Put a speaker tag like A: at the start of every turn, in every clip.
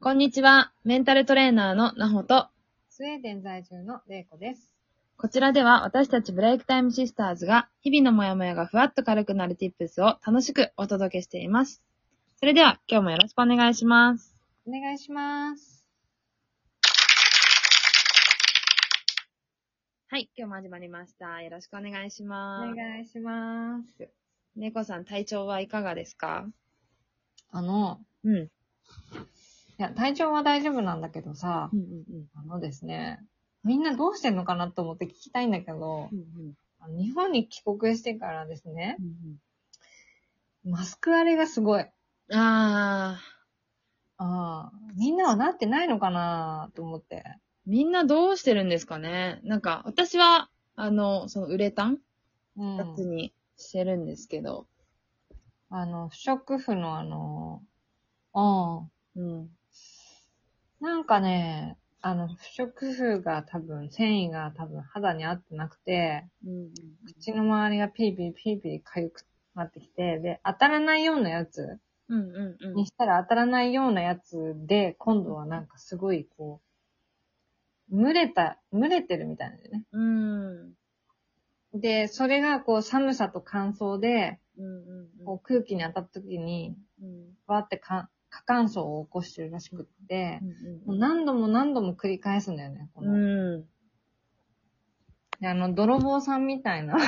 A: こんにちは。メンタルトレーナーのなほと、
B: スウェーデン在住のレイコです。
A: こちらでは私たちブレイクタイムシスターズが日々のモヤモヤがふわっと軽くなる tips を楽しくお届けしています。それでは今日もよろしくお願いします。
B: お願いします。
A: はい、今日も始まりました。よろしくお願いし
B: お
A: ます。
B: 願いします。
A: 猫さん体調はいかがですか
B: あの、
A: うん。
B: いや、体調は大丈夫なんだけどさ
A: う、んうん
B: あのですね、みんなどうしてんのかなと思って聞きたいんだけど
A: う、ん。
B: あの日本に帰国してからですね、マスク荒れがすごい。
A: あー、
B: ああ、みんなはなってないのかなと思って。
A: みんなどうしてるんですかねなんか、私は、あの、そのウレタン
B: う
A: やつ
B: ん。
A: にしてるんですけど。
B: あの、不織布のあの、うん。
A: うん。
B: なんかね、あの、不織布が多分、繊維が多分肌に合ってなくて、
A: うん。
B: 口の周りがピーピーピーピー痒くなってきて、で、当たらないようなやつ
A: うんうんうん
B: に。したら当たらないようなやつで、今度はなんかすごいこう、蒸れた、蒸れてるみたいなんだよね。
A: うん。
B: で、それがこう寒さと乾燥で、
A: うんうん
B: こう空気に当たった時に、わーってか過乾燥を起こしてるらしくって、もう何度も何度も繰り返すんだよね、こ
A: う
B: の。
A: ん。う
B: で、あの、泥棒さんみたいな。
A: ん。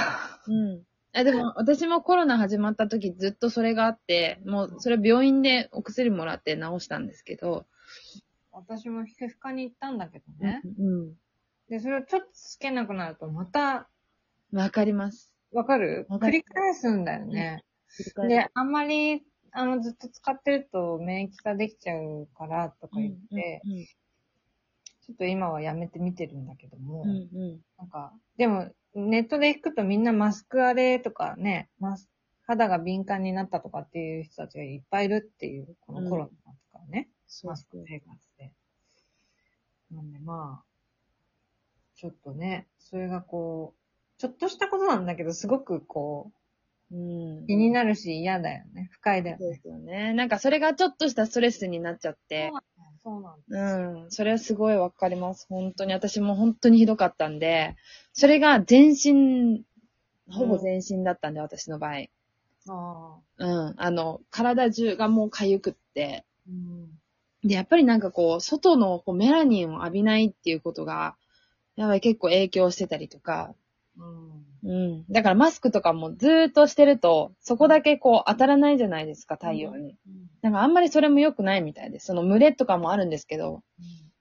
A: え、でも、私もコロナ始まった時ずっとそれがあって、もう、それ病院でお薬もらって治したんですけど。
B: 私も皮膚科に行ったんだけどね。
A: う
B: で、それをちょっとつけなくなると、また、
A: ん。わかります。
B: わかる
A: わか
B: 繰
A: る
B: り返すんだよね。で、あんまり、あの、ずっと使ってると免疫ができちゃうからとか
A: うん
B: 言って、ちょっと今はやめてみてるんだけども、
A: うんうん。
B: なんか、でも、ネットで聞くとみんなマスク荒れとかね、マス肌が敏感になったとかっていう人たちがいっぱいいるっていう、このコロナとかね。
A: そ
B: マスク生活で。なんでまあ、ちょっとね、それがこう、ちょっとしたことなんだけど、すごくこ
A: うん
B: う、。気になるし嫌だよね。不快だよ
A: そうで
B: ね。
A: すよね。なんかそれがちょっとしたストレスになっちゃって。
B: そうなんだ。
A: うん。それはすごいわかります。本当に。私も本当にひどかったんで。それが全身、ほぼ全身だったんで、私の場合。
B: ああ。
A: うん。あの、体中がもう痒くって。
B: うん。
A: で、やっぱりなんかこう、外のこうメラニンを浴びないっていうことが、やばい結構影響してたりとか。
B: うん。
A: うん。だからマスクとかもずーっとしてると、そこだけこう当たらないじゃないですか、太陽に。なんかあんまりそれも良くないみたいです。その群れとかもあるんですけど、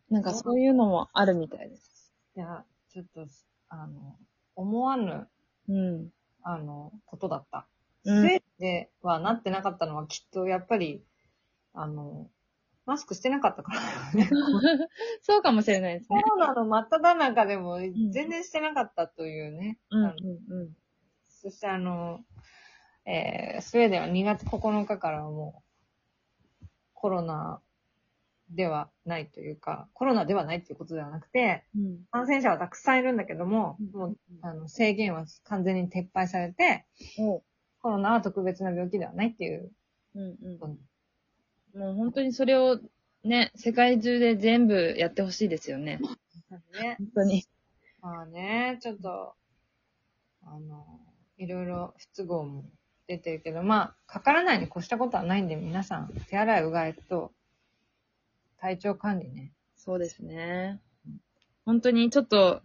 A: なんかそういうのもあるみたいです。
B: いや、ちょっと、あの、思わぬ、
A: うん。
B: あの、ことだった。
A: うん
B: スウェーデンではなってなかったのはきっと、やっぱり、あの、マスクしてなかった からだよね。
A: そうかもしれないです
B: コ
A: ね。
B: ロナの真っ只中でも全然してなかったというね。
A: うん
B: あのそしてあの、えースウェーデンは2月9日からはもうコロナではないというか、コロナではないということではなくて、
A: うんうん。
B: 感染者はたくさんいるんだけども、
A: うん
B: もうあの制限は完全に撤廃されて、
A: おう
B: コロナは特別な病気ではないっていう。
A: うんうん。もう本当にそれをね、世界中で全部やってほしいですよね。
B: ね。
A: 本当に。
B: まあね、ちょっと、あの、いろいろ不都合も出てるけど、まあ、かからないに越したことはないんで、皆さん、手洗い、うがいと、体調管理ね。
A: そうですね。本当にちょっと、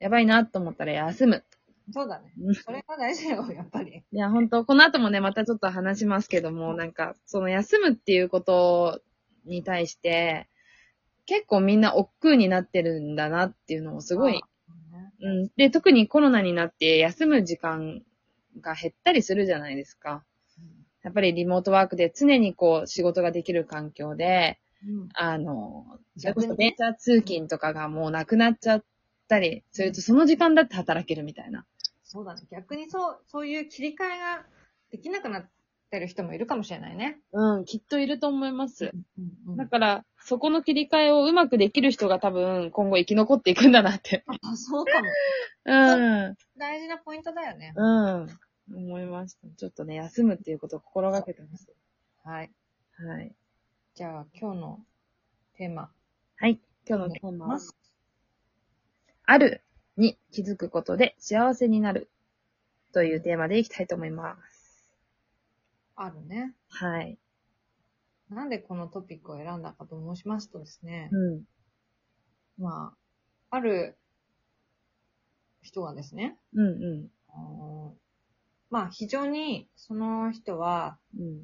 A: やばいなと思ったら休む。
B: そうだね。
A: うん
B: それが大事だよ、やっぱり。
A: いや、本当この後もね、またちょっと話しますけども、なんか、その休むっていうことに対して、結構みんな億劫になってるんだなっていうのをすごい、うん。で、特にコロナになって休む時間が減ったりするじゃないですか。やっぱりリモートワークで常にこう仕事ができる環境で、
B: うん。
A: あの、それこ
B: 逆
A: そ
B: に
A: 電車通勤とかがもうなくなっちゃったりすると、その時間だって働けるみたいな。
B: そうだね。逆にそう、そういう切り替えができなくなってる人もいるかもしれないね。
A: うん、きっといると思います。
B: うん
A: だから、そこの切り替えをうまくできる人が多分、今後生き残っていくんだなって。
B: あ、 そうかも。
A: うん。
B: 大事なポイントだよね。
A: うん。思いました。ちょっとね、休むっていうことを心がけてます。
B: はい。
A: はい。
B: じゃあ、今日のテーマ。
A: はい。今日のテーマは、あるに気づくことで幸せになるというテーマでいきたいと思います。
B: あるね。
A: はい。
B: なんでこのトピックを選んだかと申しますとですね、
A: うん。
B: まあ、ある人がですね、
A: うんう
B: あのまあ非常にその人は、
A: ん。うん。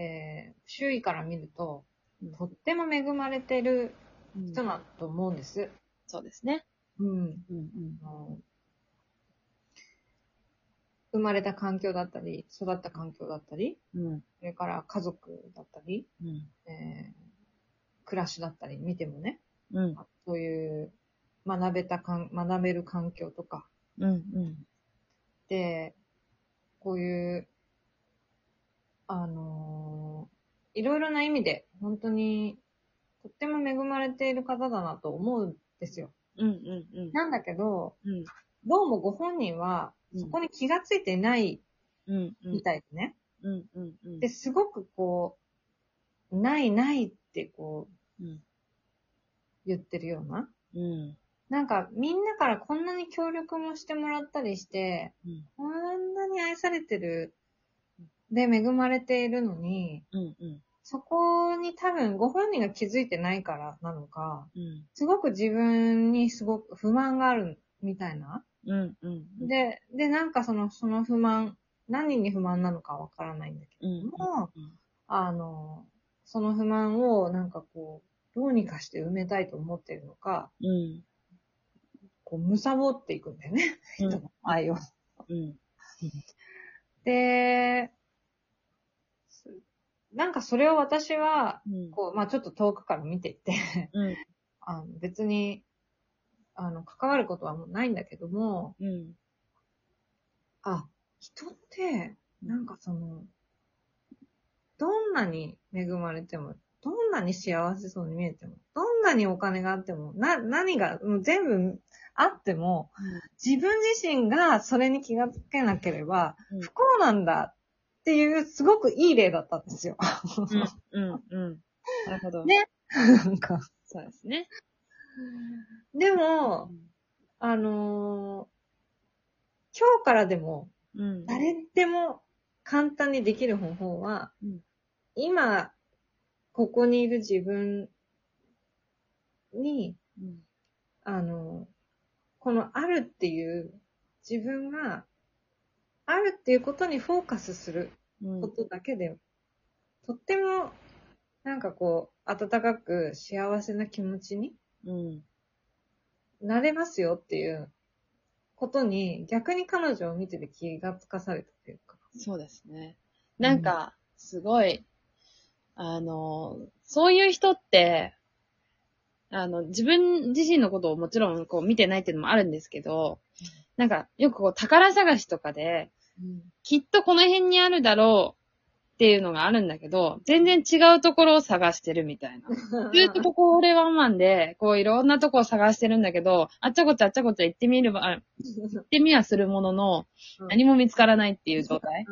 B: えー周囲から見ると
A: うん、
B: とっても恵まれてる
A: うん
B: 人だと思うんです。
A: そうですね。
B: うん。
A: うんうん
B: あ。の生まれた環境だったり、育った環境だったり、
A: うん。
B: それから家族だったり、
A: うん。
B: えー暮らしだったり見てもね、
A: うん。
B: そういう学べたかん、学べる環境とか、
A: うん。うん。
B: で、こういう、あのーいろいろな意味で、本当に、とっても恵まれている方だなと思うんですよ。
A: うん。うん。
B: なんだけど、
A: うん。
B: どうもご本人は、そこに気がついてない
A: うん。
B: みたいでね。
A: うん。うん。うん。
B: で、すごくこう、ないないってこう、
A: うん。
B: 言ってるような。
A: うん。
B: なんか、みんなからこんなに協力もしてもらったりして、
A: うん
B: こんなに愛されてる、で、恵まれているのに、
A: うん。うん。
B: そこに多分ご本人が気づいてないからなのか、
A: うん。
B: すごく自分にすごく不満があるみたいな。
A: うん。うん。
B: で、で、なんかその、その不満、何に不満なのかわからないんだけ
A: うん。
B: ども、あの、その不満をなんかこう、どうにかして埋めたいと思ってるのか、
A: うん。
B: こう、貪っていくんだよね。
A: うん
B: 人の 愛を。
A: うん。
B: で、すなんかそれを私は、
A: うん。
B: こう、まあちょっと遠くから見ていて、
A: うん。
B: あの別に、あの、関わることはもうないんだけども、
A: うん。
B: あ、人って、なんかその、どんなに恵まれても、どんなに幸せそうに見えても、どんなにお金があっても、な、何が、もう全部あっても、自分自身がそれに気がつけなければ
A: うん、
B: 不幸なんだっていう、すごくいい例だったんですよ。
A: うん。うん。なるほど。
B: なんか。
A: そうですね。
B: でも、あのー今日からでも、
A: うん。
B: 誰でも簡単にできる方法は、
A: うん
B: 今、ここにいる自分に、
A: うん。
B: あの、このあるっていう、自分が、あるっていうことにフォーカスする
A: うん
B: こ。とだけで、とっても、なんかこう、温かく幸せな気持ちに
A: うん。
B: なれますよっていうことに、逆に彼女を見てて気がつかされたというか。
A: そうですね。なんか、すごい、あの、そういう人って、あの、自分自身のことをもちろんこう見てないっていうのもあるんですけど、なんか、よくこう宝探しとかで、きっとこの辺にあるだろうっていうのがあるんだけど、全然違うところを探してるみたいな。ずーっと ここ俺ワンマンで、こういろんなとこを探してるんだけど、あっちゃこっちゃあっちゃこっちゃ行ってみれば、あ行ってみはするものの
B: う、ん
A: 何も見つからないっていう状態。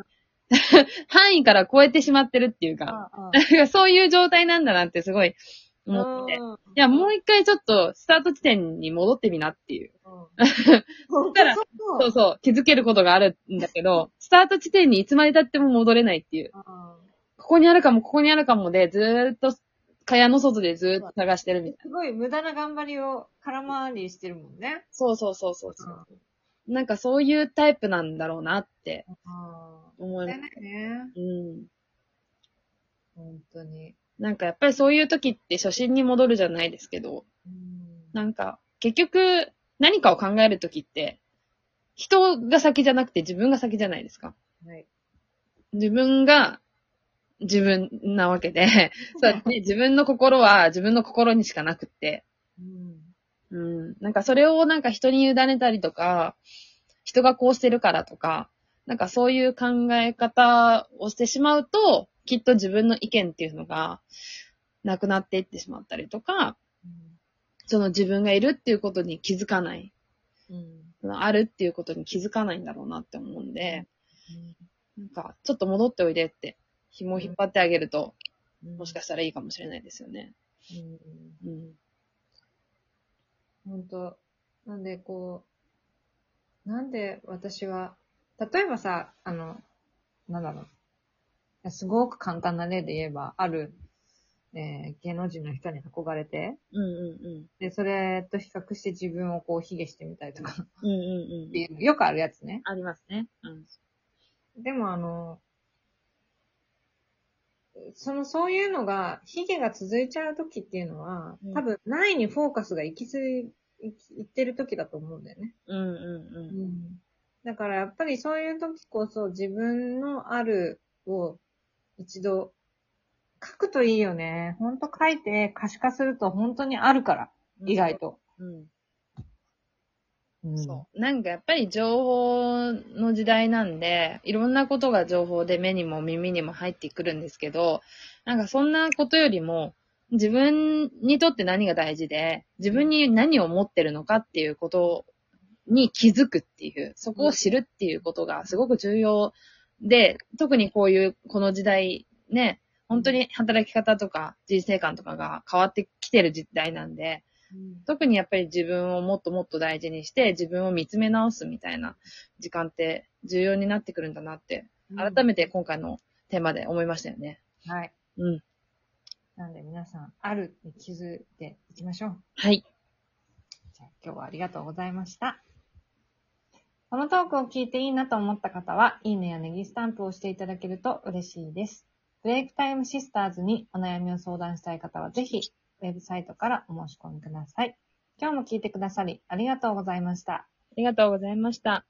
A: 範囲から超えてしまってるっていうか、
B: ああ
A: だからそういう状態なんだなってすごい 思って。いや、もう一回ちょっとスタート地点に戻ってみなっていう。
B: うん。
A: たら
B: そう
A: そうそう、気づけることがあるんだけど、スタート地点にいつまで経っても戻れないっていう。
B: う
A: ここにあるかも、ここにあるかもで、ずーっと、蚊帳の外でずーっと探してるみたいな。
B: ん。すごい無駄な頑張りを空回りしてるもんね。
A: そうそうそうそうそう。なんかそういうタイプなんだろうなって
B: あ
A: 思
B: あ。
A: い
B: だ
A: ます
B: よ。ね。
A: うん。
B: 本当に。
A: なんかやっぱりそういう時って初心に戻るじゃないですけど、
B: うん
A: なんか結局何かを考える時って、人が先じゃなくて自分が先じゃないですか。
B: はい。
A: 自分が自分なわけで、そうですね、自分の心は自分の心にしかなくって、
B: うん。
A: うん。なんかそれをなんか人に委ねたりとか、人がこうしてるからとか、なんかそういう考え方をしてしまうと、きっと自分の意見っていうのがなくなっていってしまったりとか、その自分がいるっていうことに気づかない、
B: うん。
A: そのあるっていうことに気づかないんだろうなって思うんで、なんかちょっと戻っておいでって、紐を引っ張ってあげると、
B: うん
A: もしかしたらいいかもしれないですよね。うん。
B: 本当なんで、こう、なんで私は、例えばさ、あの、なんだろういや。すごく簡単な例で言えば、ある、えー芸能人の人に憧れて、
A: うんうん
B: で、それと比較して自分をこう、卑下してみたりとか、っ
A: うん。うんうん
B: て
A: うん。
B: いう、よくあるやつね。
A: ありますね。うん。
B: でもあの、その、そういうのが、ヒゲが続いちゃう時っていうのは、
A: うん
B: 多分、内にフォーカスが行き過ぎ、行き行ってる時だと思うんだよね。
A: うんうん
B: だからやっぱりそういう時こそ自分のあるを一度書くといいよね。ほんと書いて可視化すると本当にあるから、
A: うん。
B: 意外と。
A: うん。
B: うん
A: そう。なんかやっぱり情報の時代なんで、いろんなことが情報で目にも耳にも入ってくるんですけど、なんかそんなことよりも、自分にとって何が大事で、自分に何を持ってるのかっていうことに気づくっていう、そこを知るっていうことがすごく重要で、特にこういう、この時代ね、本当に働き方とか人生観とかが変わってきてる時代なんで、特にやっぱり自分をもっともっと大事にして、自分を見つめ直すみたいな時間って重要になってくるんだなって、改めて今回のテーマで思いましたよね。
B: て。はい。
A: うん。
B: なんで皆さん、あるに気づいていきましょう。
A: はい。
B: じゃあ今日はありがとうございました。このトークを聞いていいなと思った方は、いいねやネギスタンプをしていただけると嬉しいです。ブレイクタイムシスターズにお悩みを相談したい方は、ぜひ、ウェブサイトからお申し込みください。今日も聞いてくださり、ありがとうございました。
A: ありがとうございました。